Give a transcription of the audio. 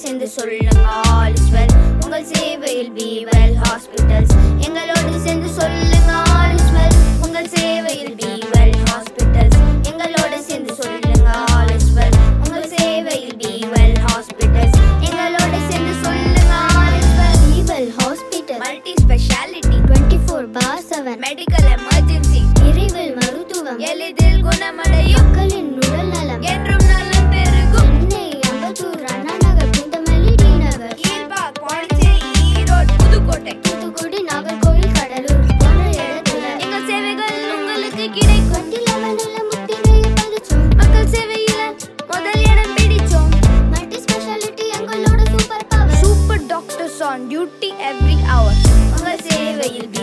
சொல்லுங்க all is well உங்கள் சேவையில் பி வெல் ஹாஸ்பிட்டல்ஸ் எங்களோடு சேர்ந்து சொல்லுங்க ஆல் இஸ் வெல் உங்கள் சேவையில் பி வெல் ஹாஸ்பிட்டல்ஸ் எங்களோடு சேர்ந்து சொல்லுங்க ஆல் இஸ் வெல் உங்கள் சேவையில் பி வெல் ஹாஸ்பிட்டல்ஸ் எங்களோடு சேர்ந்து சொல்லுங்க all is well Be Well Hospital multi speciality twenty four by seven medical emergency விரைவில் மருத்துவம் எளிதில் குணமடையும் மக்களின் உடல் நலம் என்றும் நலம் பெருகும் சென்னை அம்பத்தூர் அண்ணா நகர் புந்தமல்லி டி நகர் கீழ்பாக் பாண்டிச்சேரி ஈரோடு புதுக்கோட்டை தூத்துக்குடி நாகர்கோவில் கடலூர் போன இடத்துல எங்கள் சேவைகள் உங்களுக்கு கிடைக்கும் கொண்டிலவனில முத்திரையை பதிச்சோம் மக்கள் சேவையில முதல் இடம் பிடிச்சோம் மல்டி ஸ்பெஷாலிட்டி எங்களோட super power super doctors on duty every hour உங்கள் சேவையில் பி